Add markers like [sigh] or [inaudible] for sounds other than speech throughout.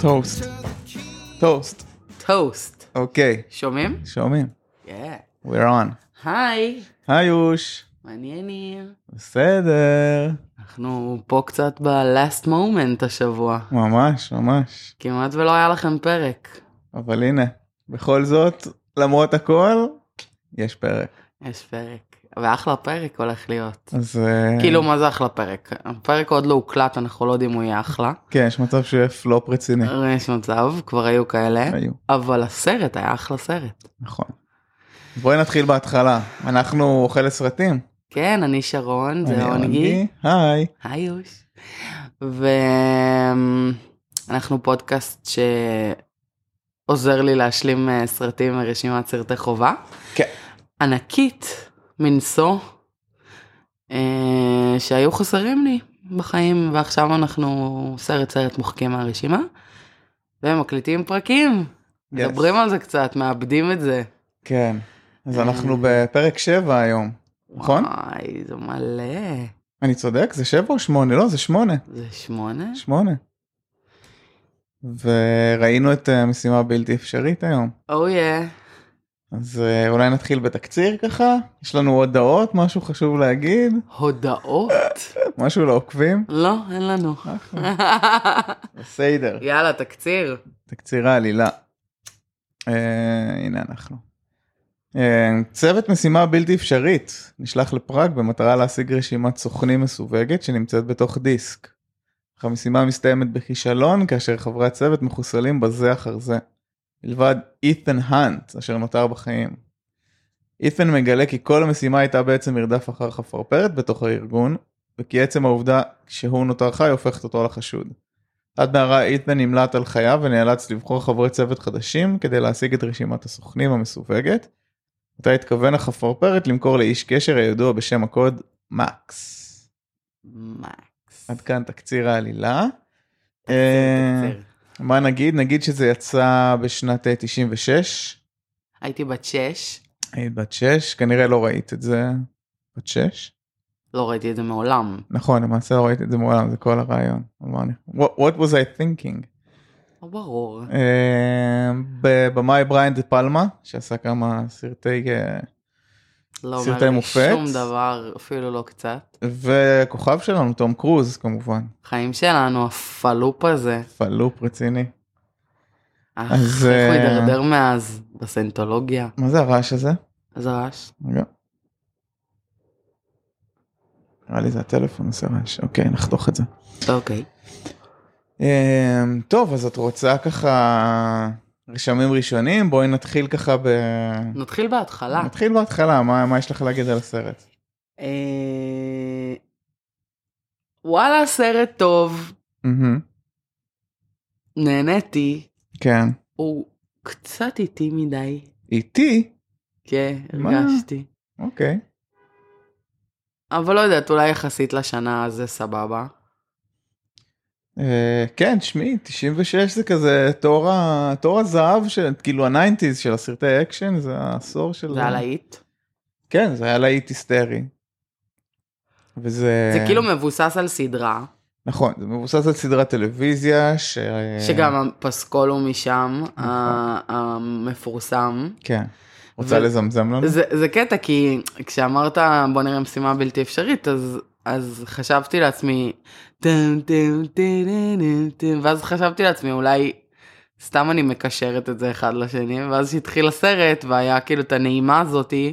טוסט. טוסט. טוסט. אוקיי, שומעים? שומעים? כן. We're on. היי, היוש. מעניינים. בסדר. אנחנו פה קצת ב-last moment השבוע. ממש, ממש. כמעט ולא היה לכם פרק. אבל הנה, בכל זאת, למרות הכל, יש פרק. יש פרק. ואחלה פרק הולך להיות. אז... אה, כאילו מה זה אחלה פרק? הפרק עוד לא הוקלט, אנחנו לא יודעים אם הוא יהיה אחלה. כן, יש מצב שהוא יהיה פלופ רציני. יש מצב, כבר היו כאלה. היו, אבל הסרט היה אחלה סרט. נכון. בואי נתחיל בהתחלה. אנחנו אוכלת סרטים. כן, אני שרון, זה אני עונגי. אונגי. היי. היוש. ואנחנו פודקאסט שעוזר לי להשלים אה, סרטים מרשימת סרטי חובה. כן. ענקית מנשוא, אה, שהיו חסרים לי בחיים, ועכשיו אנחנו סרט סרט מוחקים מהרשימה, ומקליטים פרקים. Yes. מדברים על זה קצת, מאבדים את זה. כן. אז אה. אנחנו בפרק 7 היום. נכון? וואי, זה מלא. אני צודק? זה 7 או 8? לא, זה 8. זה שמונה? שמונה. וראינו את אה, המשימה הבלתי אפשרית היום. אוי, oh yeah. אז אה, אולי נתחיל בתקציר ככה? יש לנו הודעות, משהו חשוב להגיד? הודעות? משהו לעוקבים? לא, אין לנו. בסדר. [laughs] יאללה, תקציר. תקציר העלילה. אה, הנה אנחנו. אה, צוות משימה בלתי אפשרית נשלח לפראג במטרה להשיג רשימת סוכנים מסווגת שנמצאת בתוך דיסק. אך המשימה מסתיימת בכישלון כאשר חברי הצוות מחוסלים בזה אחר זה. מלבד אית'ן האנט אשר נותר בחיים. אית'ן מגלה כי כל המשימה הייתה בעצם מרדף אחר חפרפרת בתוך הארגון וכי עצם העובדה שהוא נותר חי הופכת אותו לחשוד. עד נערה אית'ן נמלט על חייו ונאלץ לבחור חברי צוות חדשים כדי להשיג את רשימת הסוכנים המסווגת. אותה התכוון החפרפרת למכור לאיש קשר הידוע בשם הקוד מקס. מקס. עד כאן תקציר העלילה. תקציר, אה, תקציר. מה נגיד? נגיד שזה יצא בשנת אה, 96. הייתי בת שש, היית בת 6, כנראה לא ראית את זה. בת 6? לא ראיתי את זה מעולם. נכון, למעשה לא ראית את זה מעולם, זה כל הרעיון. אמרנו, What what was I thinking? לא ברור. אה, בבמאי בריאן דה פלמה, שעשה כמה סרטי אה, לא סרטי אומר לי מופת? שום דבר, אפילו לא קצת. וכוכב שלנו תום קרוז כמובן חיים שלנו, הפלופ הזה. פלופ רציני אך, אז, איך הוא אה, הידרדר מאז? בסנטולוגיה. מה זה הרעש הזה? איזה רעש? רגע. נראה לי זה הטלפון עושה רעש אוקיי נחתוך את זה. אוקיי. אה, טוב אז את רוצה ככה רשמים ראשונים בואי נתחיל ככה ב... נתחיל בהתחלה. נתחיל בהתחלה מה, מה יש לך להגיד על הסרט? אה, וואלה, סרט טוב, מהמם, נהניתי, כן. הוא קצת איטי מדי. איתי? כן, מה? הרגשתי. אוקיי. אבל לא יודעת, אולי יחסית לשנה זה סבבה. אה, כן, תשמעי, 96 זה כזה תור, ה... תור הזהב של, כאילו הניינטיז של הסרטי אקשן, זה העשור של... זה הלהיט. לא. כן, זה היה להיט היסטרי. וזה... זה כאילו מבוסס על סדרה, נכון, זה מבוסס על סדרת טלוויזיה, ש... שגם הפסקול הוא משם, כן. נכון. ה- המפורסם. כן. רוצה ו- לזמזם לנו? זה זה קטע, כי כשאמרת בוא נראה משימה בלתי אפשרית, אז... אז חשבתי לעצמי, טם טם טם טם, ואז חשבתי לעצמי אולי סתם אני מקשרת את זה אחד לשני, ואז כשהתחיל הסרט והיה כאילו את הנעימה הזאתי,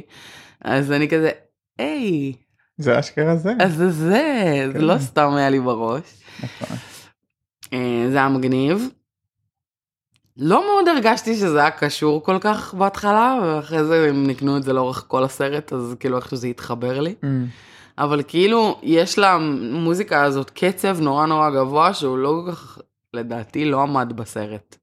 אז אני כזה, היי, זה אשכרה זה. אז זה זה, זה כן. לא סתם היה לי בראש. נכון. אה, זה היה מגניב. לא מאוד הרגשתי שזה היה קשור כל כך בהתחלה, ואחרי זה הם נקנו את זה לאורך כל הסרט, אז כאילו איכשהו זה התחבר לי. אבל כאילו, יש למוזיקה הזאת קצב נורא נורא גבוה, שהוא לא כל כך, לדעתי, לא עמד בסרט.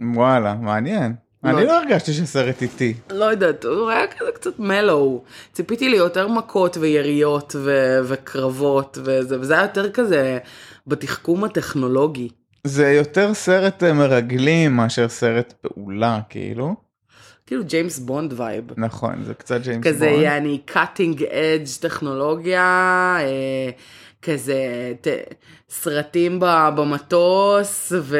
Mm. וואלה, מעניין. לא. אני לא הרגשתי שהסרט איתי. לא יודעת, הוא היה כזה קצת מלואו. ציפיתי ליותר מכות ויריות ו- וקרבות וזה, וזה היה יותר כזה בתחכום הטכנולוגי. זה יותר סרט אה, מרגלים מאשר סרט פעולה, כאילו. כאילו ג'יימס בונד וייב. נכון, זה קצת ג'יימס כזה בונד. יעני קאטינג אדג' טכנולוגיה, אה, כזה ת, סרטים ב, במטוס ו,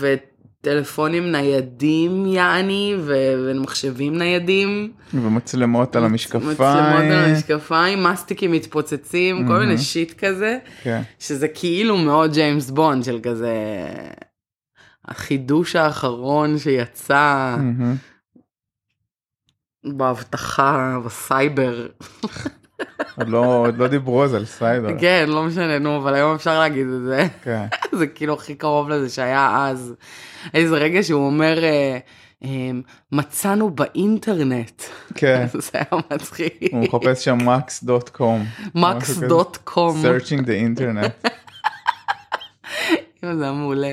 וטלפונים ניידים יעני ו, ומחשבים ניידים. ומצלמות על המשקפיים. מצלמות על המשקפיים, מסטיקים מתפוצצים, כל מיני שיט כזה, כן. שזה כאילו מאוד ג'יימס בונד של כזה החידוש האחרון שיצא מהמם. Mm. באבטחה, בסייבר. עוד לא- עוד לא דיברו אז על סייבר. כן, לא משנה, נו, אבל היום אפשר להגיד את זה. [laughs] כן. זה כאילו הכי קרוב לזה שהיה אז. איזה רגע שהוא אומר, אה, אה, מצאנו באינטרנט. כן. [laughs] זה היה מצחיק. הוא מחפש שם max.com. משהו כזה. מקס.קום. searching the internet. [laughs] זה היה מעולה.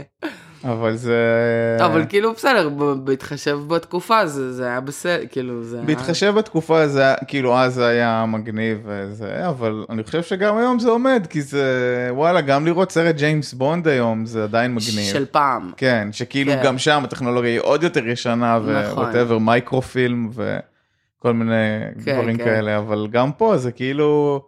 אבל זה... אבל כאילו בסדר, ב- בהתחשב בתקופה זה זה היה בסדר, כאילו זה היה... בהתחשב בתקופה זה היה- כאילו אז זה היה מגניב וזה אבל אני חושב שגם היום זה עומד כי זה וואלה גם לראות סרט ג'יימס בונד היום זה עדיין מגניב. של פעם. כן שכאילו כן. גם שם הטכנולוגיה היא עוד יותר ישנה נכון. ווואטאבר מייקרופילם וכל מיני כן, דברים כן. כאלה אבל גם פה זה כאילו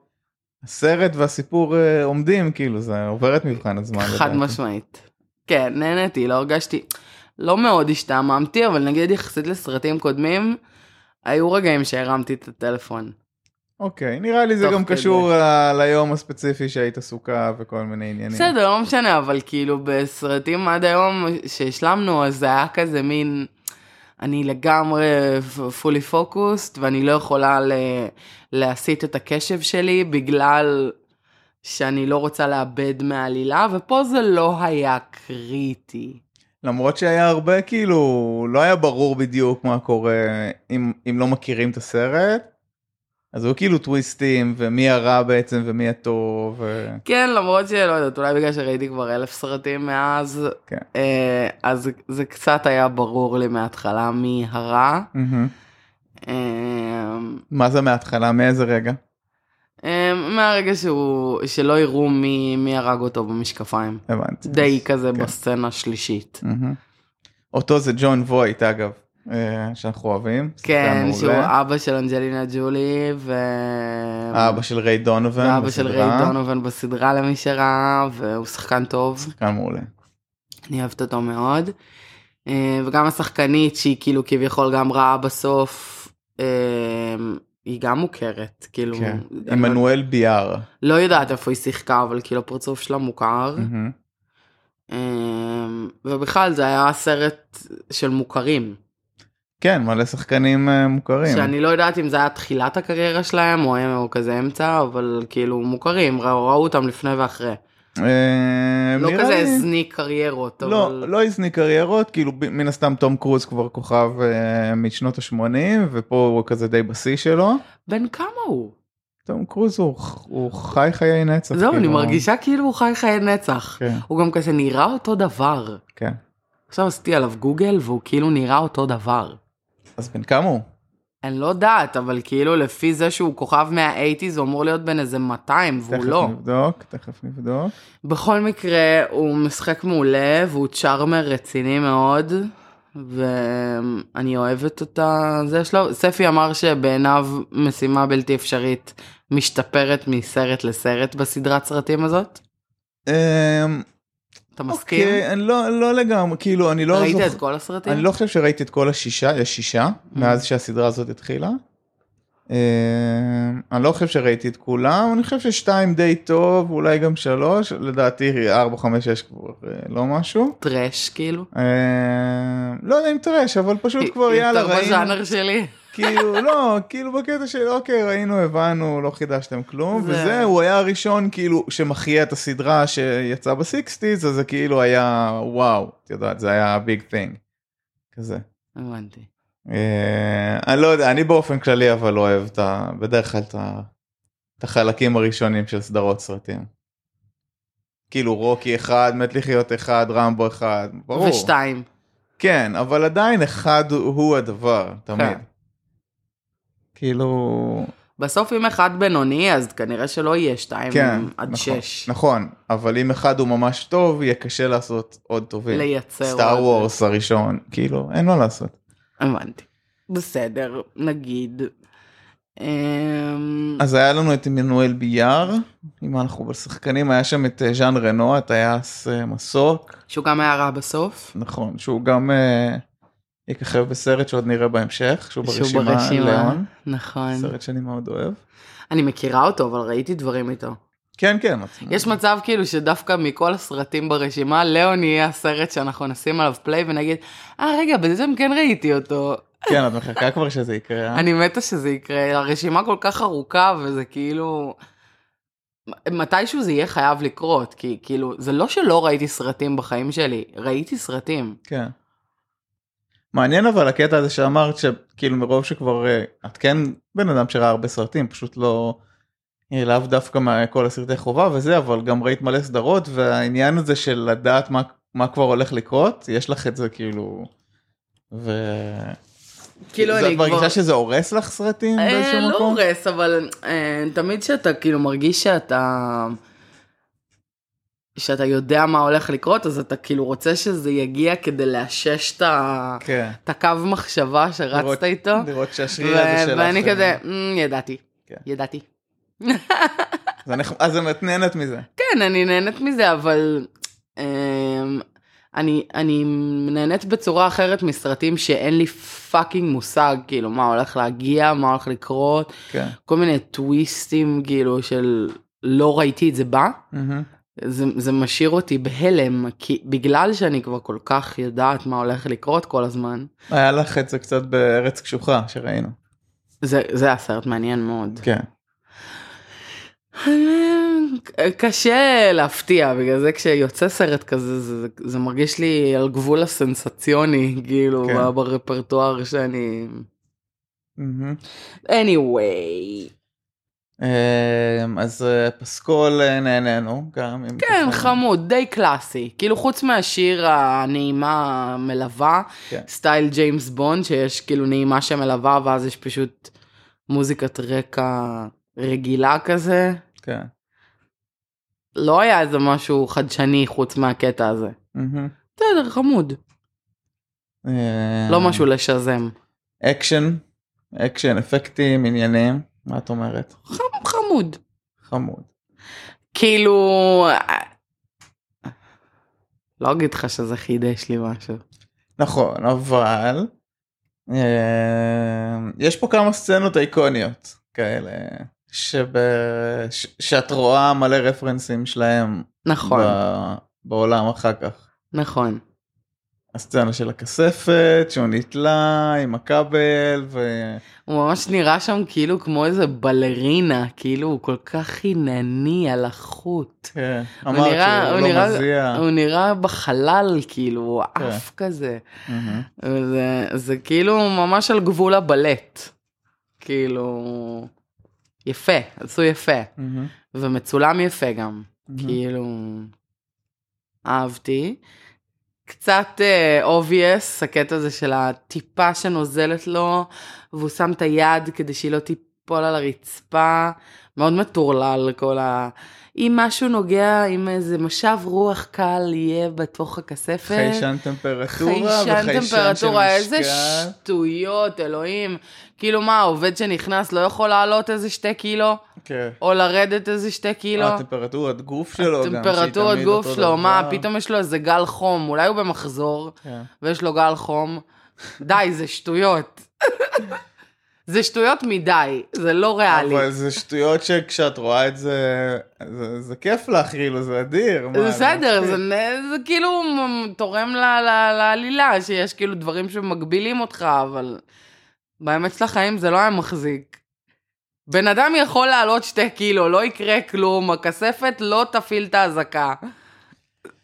הסרט והסיפור אה, עומדים כאילו זה עובר את מבחן הזמן. חד לדעתי. משמעית. כן, נהניתי, לא הרגשתי, לא מאוד השתעממתי, אבל נגיד יחסית לסרטים קודמים, היו רגעים שהרמתי את הטלפון. אוקיי נראה לי זה תוך גם כדי. קשור ל- ליום הספציפי שהיית עסוקה וכל מיני עניינים. בסדר, לא משנה, אבל כאילו בסרטים עד היום שהשלמנו, אז זה היה כזה מין, אני לגמרי פולי פוקוסט, ואני לא יכולה ל- להסיט את הקשב שלי בגלל שאני לא רוצה לאבד מהעלילה, ופה זה לא היה קריטי. למרות שהיה הרבה כאילו לא היה ברור בדיוק מה קורה אם אם לא מכירים את הסרט. אז היו כאילו טוויסטים ומי הרע בעצם ומי הטוב. ו... [laughs] כן, למרות שלא יודעת, אולי בגלל שראיתי כבר אלף סרטים מאז, כן. אה, אז זה קצת היה ברור לי מההתחלה מי הרע. מהמם. אה, מה זה מההתחלה מאיזה רגע? אה, מהרגע שהוא, שלא יראו מי, מי הרג אותו במשקפיים. הבנתי. די כזה כן. בסצנה השלישית. מהמם. אותו זה ג'ון וויט אגב אה, שאנחנו אוהבים. כן, שחקן שהוא מעולה. אבא של אנג'לינה ג'ולי, ו... האבא של ריי דונובן. ואבא של ריי בסדרה. דונובין בסדרה למי שראה, והוא שחקן טוב. שחקן מעולה. אני אוהבת אותו מאוד. אה, וגם השחקנית שהיא כאילו כביכול גם רעה בסוף, אה, היא גם מוכרת, כאילו, כן. אני עמנואל ביאר. לא יודעת איפה היא שיחקה, אבל כאילו הפרצוף שלה מוכר. מהמם. אה, ובכלל זה היה סרט של מוכרים, כן מלא שחקנים אה, מוכרים. שאני לא יודעת אם זה היה תחילת הקריירה שלהם או הם או כזה אמצע, אבל כאילו מוכרים, ראו ראו אותם לפני ואחרי. אה, לא נראה כזה לי- הזניק קריירות, לא, אבל... לא הזניק קריירות, כאילו ב- מן הסתם תום קרוז כבר כוכב אה, משנות ה-80, ופה הוא כזה די בשיא שלו. בן כמה הוא? תום קרוז הוא, הוא חי חיי נצח. זהו, אני כאילו. מרגישה כאילו הוא חי חיי נצח. כן, הוא גם כזה נראה אותו דבר. כן. עכשיו עשיתי עליו גוגל והוא כאילו נראה אותו דבר. אז כן, בן כמה הוא? אני לא יודעת, אבל כאילו לפי זה שהוא כוכב מה-80's הוא אמור להיות בן איזה 200 והוא תכף לא. נבדוק, תכף נבדוק. בכל מקרה, הוא משחק מעולה והוא צ'ארמר רציני מאוד, ואני אוהבת אותה. זה שלו. ספי אמר שבעיניו משימה בלתי אפשרית משתפרת מסרט לסרט בסדרת סרטים הזאת. אמ, אתה מסכים? אוקיי, אני לא, לא לגמרי, כאילו אני לא ראית זוכר. את כל הסרטים? Mm-hmm. אני לא חושב שראיתי את כל השישה, יש שישה, מאז שהסדרה הזאת התחילה. אה, אני לא חושב שראיתי את כולם, אני חושב ששתיים די טוב, אולי גם שלוש, לדעתי ארבע, חמש, שש כבר אה, לא משהו. טרש כאילו? אה, לא יודע אם טרש, אבל [laughs] פשוט כבר יאללה יותר ראינו, בז'אנר שלי. כאילו לא, כאילו בקטע של אוקיי ראינו, הבנו, לא חידשתם כלום, זה- וזה, הוא היה הראשון כאילו שמכריע את הסדרה שיצאה בסיקסטיז, אז זה כאילו היה וואו, את יודעת, זה היה ביג תינג, כזה. הבנתי. אה, אני לא יודע, אני באופן כללי אבל לא אוהב את ה... בדרך כלל את ה... את החלקים הראשונים של סדרות סרטים. כאילו רוקי אחד, מת לחיות אחד, רמבו אחד, ברור. ושתיים. כן, אבל עדיין אחד הוא- הוא הדבר, תמיד. כן. כאילו... בסוף אם אחד בינוני אז כנראה שלא יהיה שתיים כן, עד נכון, שש. נכון, אבל אם אחד הוא ממש טוב, יהיה קשה לעשות עוד טובים. לייצר. נכון. סטאר עוד. וורס הראשון, כאילו, אין מה לעשות. הבנתי. בסדר, נגיד. אמ, אז היה לנו את עמנואל ביאר, אם אנחנו בשחקנים, היה שם את אה, ז'אן רנו, הטייס אה, מסוק, שהוא גם היה רע בסוף. נכון, שהוא גם אה, יככב בסרט שעוד נראה בהמשך, שהוא שהוא ברשימה, ברשימה. ליאון, נכון. סרט שאני מאוד אוהב. אני מכירה אותו, אבל ראיתי דברים איתו. כן, כן. יש מצב כאילו שדווקא מכל הסרטים ברשימה, ליאון יהיה הסרט שאנחנו נשים עליו פליי ונגיד, אה רגע, בזה כן ראיתי אותו. כן, את מחכה כבר שזה יקרה. אה? אני מתה שזה יקרה, הרשימה כל כך ארוכה וזה כאילו... מתישהו זה יהיה חייב לקרות, כי כאילו, זה לא שלא ראיתי סרטים בחיים שלי, ראיתי סרטים. כן. מעניין אבל הקטע הזה שאמרת שכאילו מרוב שכבר אה, את כן בן אדם שראה הרבה סרטים פשוט לא אה, לאו דווקא מכל הסרטי חובה וזה אבל גם ראית מלא סדרות והעניין הזה של לדעת מה, מה כבר הולך לקרות יש לך את זה כאילו. ו... כאילו, זה- אני את מרגישה כבר- שזה הורס לך סרטים אה, באיזשהו לא מקום? הורס, אבל אה, תמיד שאתה כאילו מרגיש שאתה... שאתה יודע מה הולך לקרות, אז אתה כאילו רוצה שזה יגיע כדי לאשש את ה- כן. את הקו מחשבה שרצת לראות- איתו. לראות שהשריר הזה לא. ו- שלך. ואני אה, כזה, "מ, ידעתי, כן. ידעתי. זה נחמד- אז את נהנית מזה. כן, אני נהנית מזה, אבל אמ, אני, אני נהנית בצורה אחרת מסרטים שאין לי פאקינג מושג, כאילו, מה הולך להגיע, מה הולך לקרות, כן. כל מיני טוויסטים, כאילו, של לא ראיתי את זה בא. מהמם. זה, זה משאיר אותי בהלם, כי בגלל שאני כבר כל כך יודעת מה הולך לקרות כל הזמן, היה לך את זה קצת בארץ קשוחה שראינו. זה, זה הסרט מעניין מאוד. כן. קשה להפתיע, בגלל זה כשיוצא סרט כזה, זה, זה, זה מרגיש לי על גבול הסנסציוני, כאילו, כן. כן. ברפרטואר שאני... מהמם. anyway. אמ, אז אה, פסקול אה, נהנינו גם. אם כן, ככה. חמוד, די קלאסי. כאילו, חוץ מהשיר הנעימה המלווה, כן. סטייל ג'יימס בונד, שיש כאילו נעימה שמלווה, ואז יש פשוט מוזיקת רקע רגילה כזה. כן. לא היה איזה משהו חדשני חוץ מהקטע הזה. מהמם. בסדר, חמוד. אמ, לא משהו לשזם. אקשן, אקשן, אפקטים, עניינים, מה את אומרת? חמ- חמוד. חמוד. כאילו... לא אגיד לך שזה חידש לי משהו. נכון, אבל אמ, יש פה כמה סצנות איקוניות כאלה, שב... ש... שאת רואה מלא רפרנסים שלהם נכון, ב... בעולם אחר כך. נכון. הסצנה של הכספת, שהוא נתלה עם הכבל, ו... הוא ממש נראה שם כאילו כמו איזה בלרינה, כאילו הוא כל כך חינני על החוט. כן, הוא אמרת נראה- שהוא הוא לא נראה- מזיע. הוא נראה בחלל, כאילו, הוא עף כזה. מהמם. זה, זה כאילו ממש על גבול הבלט. כאילו... יפה, עשו יפה. מהמם. ומצולם יפה גם. מהמם. כאילו, אהבתי. קצת אה, obvious, הקטע הזה של הטיפה שנוזלת לו, והוא שם את היד כדי שהיא לא תיפול על הרצפה. מאוד מטורלל כל ה... אם משהו נוגע, אם איזה משב רוח קל יהיה בתוך הכספת. חיישן טמפרטורה חיישן וחיישן של טמפרטורה, איזה משקל. שטויות, אלוהים. כאילו מה, העובד שנכנס לא יכול לעלות איזה שתי קילו, כן. או לרדת איזה שתי אה, קילו. הטמפרטורת גוף שלו לא, גם, שהיא טמפרטורת תמיד כאילו- גוף אותו שלו, מה, דבר. פתאום יש לו איזה גל חום, אולי הוא במחזור כן. ויש לו גל חום. די, זה שטויות. זה שטויות מדי, זה לא ריאלי. אבל זה שטויות שכשאת רואה את זה, זה- זה כיף לך, כאילו, זה אדיר. מה, זה בסדר, מצחיק. זה, נ- זה כאילו מ- תורם ל- ל- לעלילה, שיש כאילו דברים שמגבילים אותך, אבל באמת של החיים זה לא היה מחזיק. בן אדם יכול לעלות שתי קילו, לא יקרה כלום, הכספת לא תפעיל את האזעקה.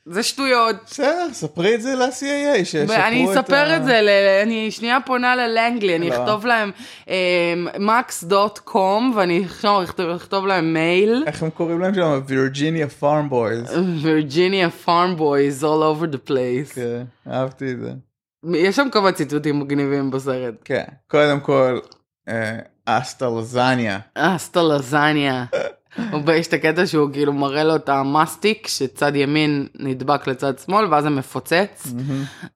זה שטויות. בסדר, ספרי את זה ל-CAA, שישפרו את ה... אני אספר את זה, ל- אני שנייה פונה ללנגלי, אני לא. אכתוב להם אמ, max.com ואני עכשיו אכתוב- אכתוב להם מייל. [laughs] איך הם קוראים להם שם? וירג'יניה פארם בויז. אה. וירג'יניה פארם בויז all over the place. כן, אהבתי את זה. יש שם כמה ציטוטים מגניבים בסרט. כן, קודם כל, אה, אסטה לזניה. אסטה לזניה. הוא ב- יש את הקטע שהוא כאילו מראה לו את המסטיק שצד ימין נדבק לצד שמאל ואז זה מפוצץ.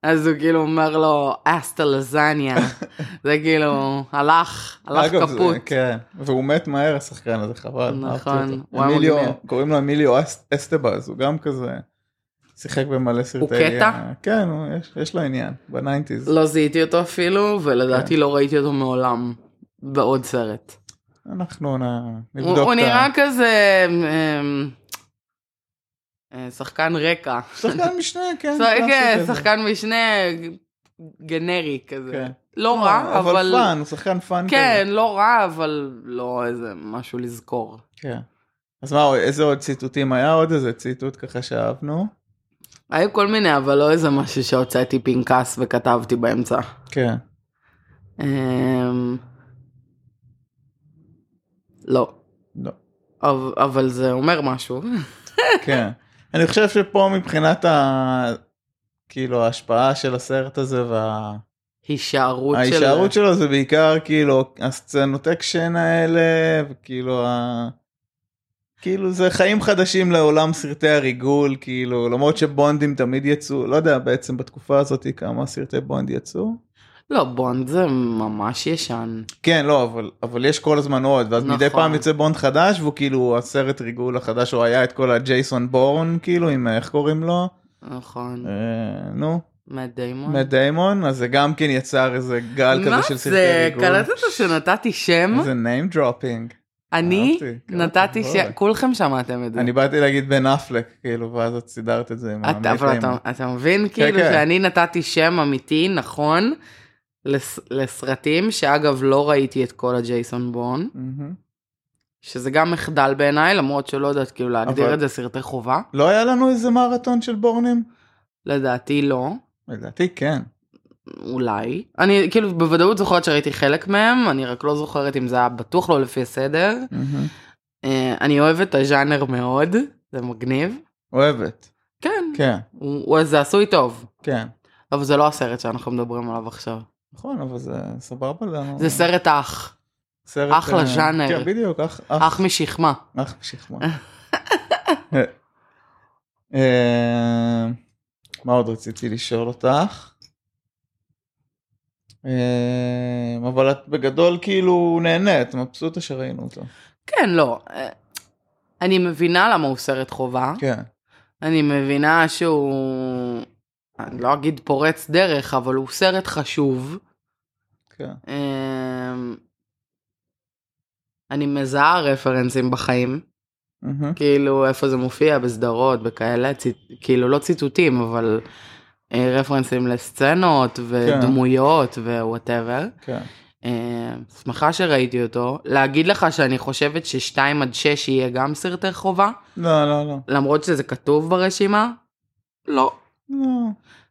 אז הוא כאילו אומר לו [laughs] אסטה לזניה. זה כאילו הלך, הלך אגב, זה- כפות. כן, והוא מת מהר השחקן הזה, חבל. נכון, אהבתי אותו. הוא היה אמיליו- מגניב. קוראים לו אמיליו אס- אסטבאז, הוא גם כזה, שיחק במלא סרטי... קטע? אה, כן, הוא- יש- יש לו עניין, בניינטיז. לא זיהיתי אותו אפילו כן. ולדעתי לא ראיתי אותו מעולם בעוד סרט. אנחנו נ- הוא נבדוק הוא את ה... נראה כזה אמ, אה, שחקן רקע. שחקן משנה, כן. שחק- קלאסי כזה. שחקן משנה גנרי כזה. כן. לא רע, אבל אבל... פאן, הוא שחקן פאן כן, כזה. לא רע, אבל לא איזה משהו לזכור. כן. אז מה, איזה עוד ציטוטים היה? עוד איזה ציטוט ככה שאהבנו? היו כל מיני, אבל לא איזה משהו שהוצאתי פנקס וכתבתי באמצע. כן. אמ, לא, לא. אבל- אבל זה אומר משהו. כן. אני חושב שפה מבחינת ה... כאילו ההשפעה של הסרט הזה וה... הישארות של... ההישארות שלו זה בעיקר כאילו הסצנות אקשן האלה וכאילו ה... כאילו זה חיים חדשים לעולם סרטי הריגול כאילו למרות שבונדים תמיד יצאו לא יודע בעצם בתקופה הזאת כמה סרטי בונד יצאו. לא, בונד זה ממש ישן. כן לא אבל אבל יש כל הזמן עוד ואז מדי נכון. פעם יוצא בונד חדש והוא כאילו הסרט ריגול החדש הוא היה את כל הג'ייסון בורן כאילו עם איך קוראים לו נכון. אה, נו מאט דיימון. מאט דיימון אז זה גם כן יצר איזה גל נכון? מה כזה של סרטי זה? ריגול. קלטת שנתתי שם? זה name dropping. אני אהבתי, קלטתי, נתתי וואלה. שם, כולכם שמעתם את זה. כן. אני באתי להגיד בן אפלק כאילו ואז את סידרת את זה עם אתה- אבל המילים. אתה- אתה מבין כאילו כן. שאני נתתי שם אמיתי נכון לס- לסרטים שאגב לא ראיתי את כל הג'ייסון בון מהמם. שזה גם מחדל בעיניי למרות שלא יודעת כאילו אבל- להגדיר את זה סרטי חובה לא היה לנו איזה מרתון של בורנים? לדעתי לא לדעתי כן. אולי אני כאילו בוודאות זוכרת שראיתי חלק מהם אני רק לא זוכרת אם זה היה בטוח לא לפי הסדר מהמם. אה, אני אוהב את הז'אנר מאוד זה מגניב אוהבת. כן כן. הוא הוא- זה עשוי טוב כן. אבל זה לא הסרט שאנחנו מדברים עליו עכשיו נכון אבל זה סבבה לנו. זה סרט האח. סרט, אחלה אה, ז'אנר. כן בדיוק אח אח אח משכמה. אח שכמה. אה, מה עוד רציתי לשאול אותך? אה, אבל את בגדול כאילו נהנית מבסוטה שראינו אותו. כן, לא. אה, אני מבינה למה הוא סרט חובה. כן. אני מבינה שהוא... אני לא אגיד פורץ דרך, אבל הוא סרט חשוב. כן. אמ, אני מזהה רפרנסים בחיים, מהמם. כאילו איפה זה מופיע, בסדרות, בכאלה, ציט... כאילו לא ציטוטים, אבל אה, רפרנסים לסצנות ודמויות ווואטאבר. כן. אה, שמחה שראיתי אותו. להגיד לך שאני חושבת ששתיים עד שש יהיה גם סרטי חובה, לא, לא, לא. למרות שזה כתוב ברשימה? לא. לא.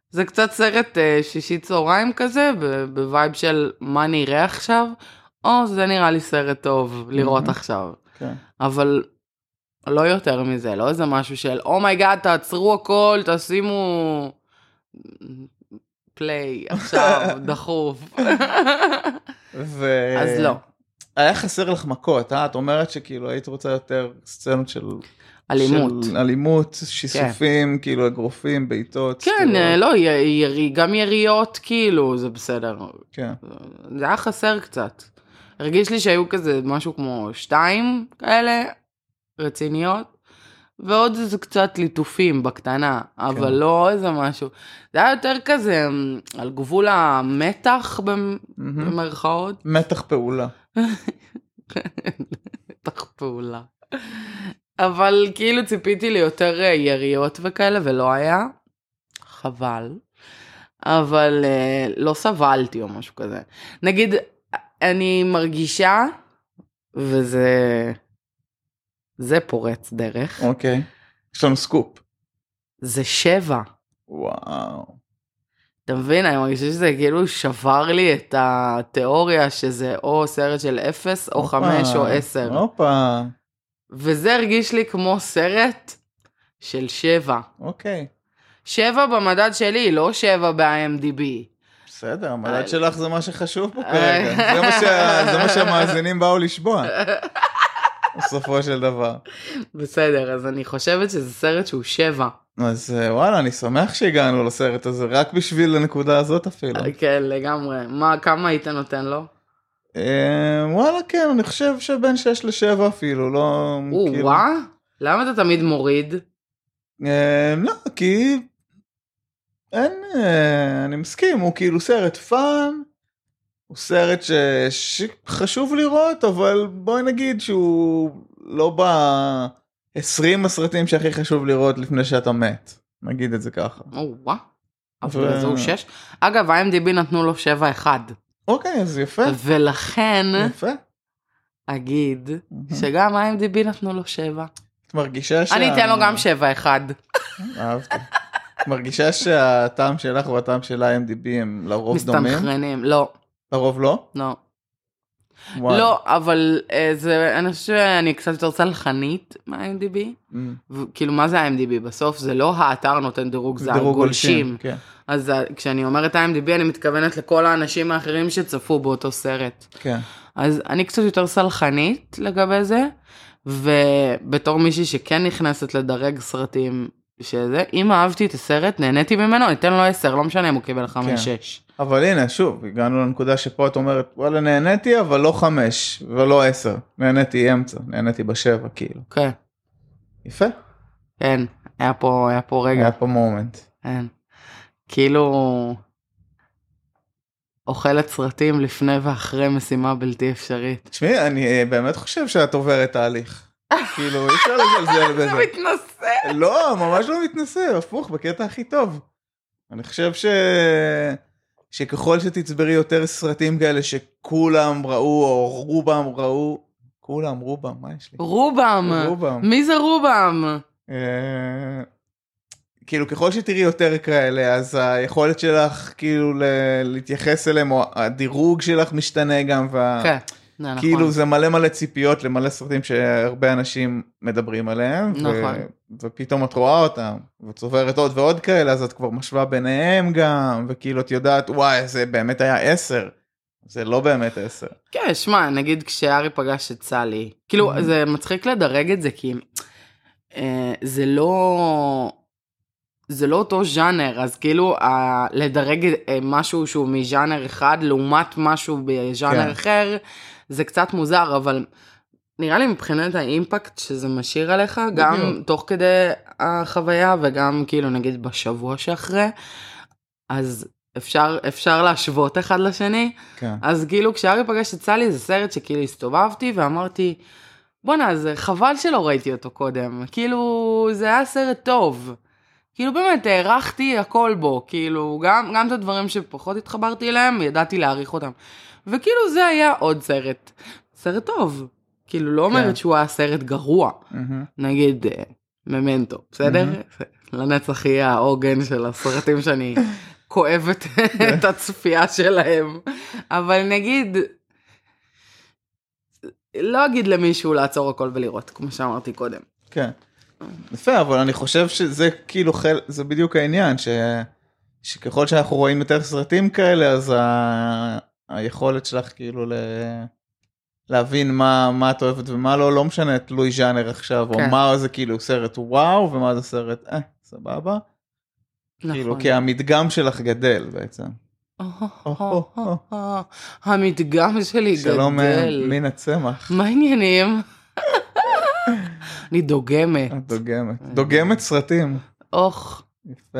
זה קצת סרט אה, שישי צהריים כזה, ב- בווייב של מה נראה עכשיו, או זה נראה לי סרט טוב לראות Mhm. עכשיו. כן. אבל לא יותר מזה, לא איזה משהו של אומייגאד, תעצרו הכל, תשימו פליי עכשיו, דחוף. ו... אז לא. היה חסר לך מכות, אה? את אומרת שכאילו היית רוצה יותר סצנות של... אלימות. של אלימות, שיסופים, כאילו אגרופים, בעיטות. כאילו- כן, סטירות. אה, לא, י- ירי, גם יריות, כאילו, זה בסדר. כן. זה היה חסר קצת. הרגיש לי שהיו כזה משהו כמו שתיים כאלה, רציניות, ועוד איזה קצת ליטופים בקטנה, אבל לא איזה משהו. זה היה יותר כזה אמ, על גבול המתח במ- מהמם. במרכאות. מתח פעולה. מתח פעולה. אבל כאילו ציפיתי ליותר אה, יריות וכאלה ולא היה, חבל. אבל אה, לא סבלתי או משהו כזה. נגיד, אני מרגישה, וזה... זה פורץ דרך, אוקיי. יש לנו סקופ. זה שבע. וואו. אתה מבין? אני מרגישה שזה כאילו שבר לי את התיאוריה שזה או סרט של אפס או הופה. חמש או עשר. הופה. וזה הרגיש לי כמו סרט של שבע. אוקיי. שבע במדד שלי, לא שבע ב-IMDb. בסדר, אה. המדד שלך [laughs] זה מה שחשוב פה כרגע. זה מה שה- זה מה שהמאזינים באו לשמוע. בסופו של דבר. בסדר, אז אני חושבת שזה סרט שהוא שבע. אז אה, וואלה, אני שמח שהגענו לסרט הזה, רק בשביל הנקודה הזאת אפילו. כן, לגמרי. מה, כמה היית נותן לו? כן. אה, וואלה, כן, אני חושב שבין 6 ל-7 אפילו, לא... או, כאילו- וואה? למה אתה תמיד מוריד? אה, לא, כי... אין, אה, אני מסכים, הוא כאילו סרט פאן, הוא סרט ש... שחשוב לראות, אבל בואי נגיד שהוא לא ב-20 הסרטים שהכי חשוב לראות לפני שאתה מת, נגיד את זה ככה. או, וואה. ו- אבל אז הוא שש. אגב, IMDb נתנו לו שבע אחד. אוקיי, אז יפה, ולכן יפה. אגיד מהמם. שגם IMDb נתנו לו שבע. את מרגישה שה... אני אתן לו גם שבע אחד. אהבתי. את מרגישה שהטעם שלך והטעם של ה-MDB הם לרוב דומים? מסתנכרנים. לא, לרוב לא? לא. וואי. לא, אבל אה, זה, אני חושבת שאני קצת יותר צלחנית מה-IMDb. Mm. ו- כאילו, מה זה IMDb? בסוף זה לא האתר נותן דירוג, זה דירוג הגולשים. כן, אז ה- כשאני אומרת IMDb, אני מתכוונת לכל האנשים האחרים שצפו באותו סרט. כן. אז אני קצת יותר סלחנית לגבי זה, ובתור מישהי שכן נכנסת לדרג סרטים שזה, אם אהבתי את הסרט, נהניתי ממנו, ניתן לו 10, לא משנה אם הוא קיבל 5-6. כן. אבל הנה, שוב, הגענו לנקודה שפה את אומרת, וואלה, נהניתי, אבל לא חמש, ולא עשר. נהניתי אמצע, נהניתי בשבע, כאילו. כן, יפה. כן, היה פה, היה פה רגע. היה פה מומנט. כן. כאילו אוכלת סרטים לפני ואחרי משימה בלתי אפשרית. תשמעי, אני אה, באמת חושב שאת עוברת [laughs] תהליך. כאילו, אי אפשר לזלזל זה בזה. מתנשא. לא, ממש לא מתנשא, הפוך, בקטע הכי טוב. אני חושב ש... שככל שתצברי יותר סרטים כאלה שכולם ראו, או רובם ראו, כולם, רובם, מה יש לי? רובם. רובם. מי זה רובם? אה, כאילו ככל שתראי יותר כאלה אז היכולת שלך כאילו ל- להתייחס אליהם או הדירוג שלך משתנה גם וה... כן, זה נכון. כאילו זה מלא מלא ציפיות למלא סרטים שהרבה אנשים מדברים עליהם נכון. ו... ופתאום את רואה אותם וצוברת עוד ועוד כאלה אז את כבר משווה ביניהם גם וכאילו את יודעת וואי זה באמת היה 10 זה לא באמת 10 כן, שמע, נגיד כשארי פגש את סלי, כאילו, Mhm. זה מצחיק לדרג את זה, כי אה, זה לא... זה לא אותו ז'אנר, אז כאילו ה- לדרג אה, משהו שהוא מז'אנר אחד לעומת משהו בז'אנר כן. כן. אחר, זה קצת מוזר, אבל נראה לי מבחינת האימפקט שזה משאיר עליך, גם בדיוק. תוך כדי החוויה וגם כאילו נגיד בשבוע שאחרי, אז אפשר, אפשר להשוות אחד לשני. כן. אז כאילו כשארי פגש את סלי זה סרט שכאילו הסתובבתי ואמרתי בואנה זה חבל שלא ראיתי אותו קודם כאילו זה היה סרט טוב. כאילו באמת הערכתי הכל בו כאילו גם, גם את הדברים שפחות התחברתי אליהם ידעתי להעריך אותם. וכאילו זה היה עוד סרט. סרט טוב. כאילו לא אומרת כן. שהוא היה סרט גרוע מהמם. נגיד אה, ממנטו בסדר? לנצח יהיה העוגן של [laughs] הסרטים שאני כואבת כן. את הצפייה שלהם. אבל נגיד, לא אגיד למישהו לעצור הכל ולראות, כמו שאמרתי קודם. כן. יפה, אבל אני חושב שזה כאילו חל... זה בדיוק העניין, ש... שככל שאנחנו רואים יותר סרטים כאלה, אז ה... היכולת שלך כאילו ל... להבין מה, מה את אוהבת ומה לא, לא משנה תלוי ז'אנר עכשיו, או כן. מה זה כאילו סרט וואו, ומה זה סרט אה, סבבה. כאילו, נכון. כי המדגם שלך גדל בעצם. המדגם שלי שלום אה, גדל. מן הצמח, מה [laughs] העניינים? אני דוגמת. את דוגמת. אה. דוגמת סרטים. אוח. יפה.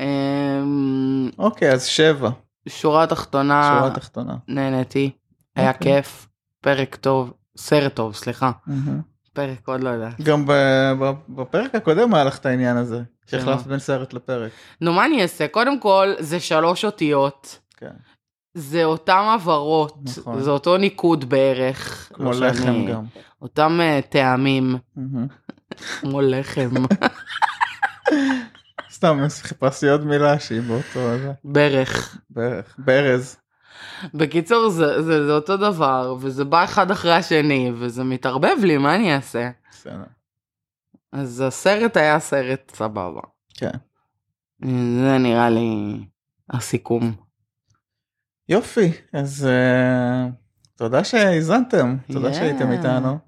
אמ, אוקיי, אז שבע, שורה תחתונה, שורה תחתונה. נהניתי, היה אוקיי. כיף, פרק טוב, סרט טוב, סליחה, מהמם. פרק עוד לא יודעת. גם ב- ב- בפרק הקודם היה לך את העניין הזה, שהחלפת שמה? בין סרט לפרק. נו, מה אני אעשה? קודם כל, זה שלוש אותיות. כן. זה אותם הברות, נכון. נכון. זה אותו ניקוד בערך. כמו לא שאני- לחם גם. אותם אה, טעמים, מהמם. כמו [laughs] לחם, סתם חיפשתי עוד מילה שהיא באותו זה, ברך. בערך, ברז. בקיצור, זה, זה, זה אותו דבר, וזה בא אחד אחרי השני, וזה מתערבב לי, מה אני אעשה? בסדר. אז הסרט היה סרט סבבה. כן. זה נראה לי הסיכום. יופי, אז אה, תודה שהאזנתם, תודה Yeah. שהייתם איתנו.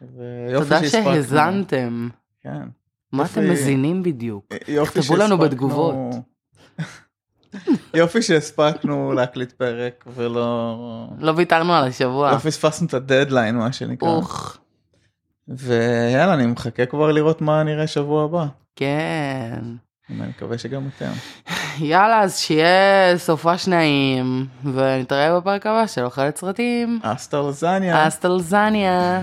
זה יופי תודה שהספקנו. שהאזנתם. כן. מה יופי. אתם מזינים בדיוק? יופי תכתבו לנו שהספקנו- בתגובות. [laughs] יופי שהספקנו להקליט פרק ולא... לא ויתרנו על השבוע. לא פספסנו את הדדליין מה שנקרא. אוח. ויאללה אני מחכה כבר לראות מה נראה שבוע הבא. כן. אני מקווה שגם אתם. יאללה, אז שיהיה סופש נעים, ונתראה בפרק הבא של אוכלת סרטים. אסטר לזניה. אסטלזניה.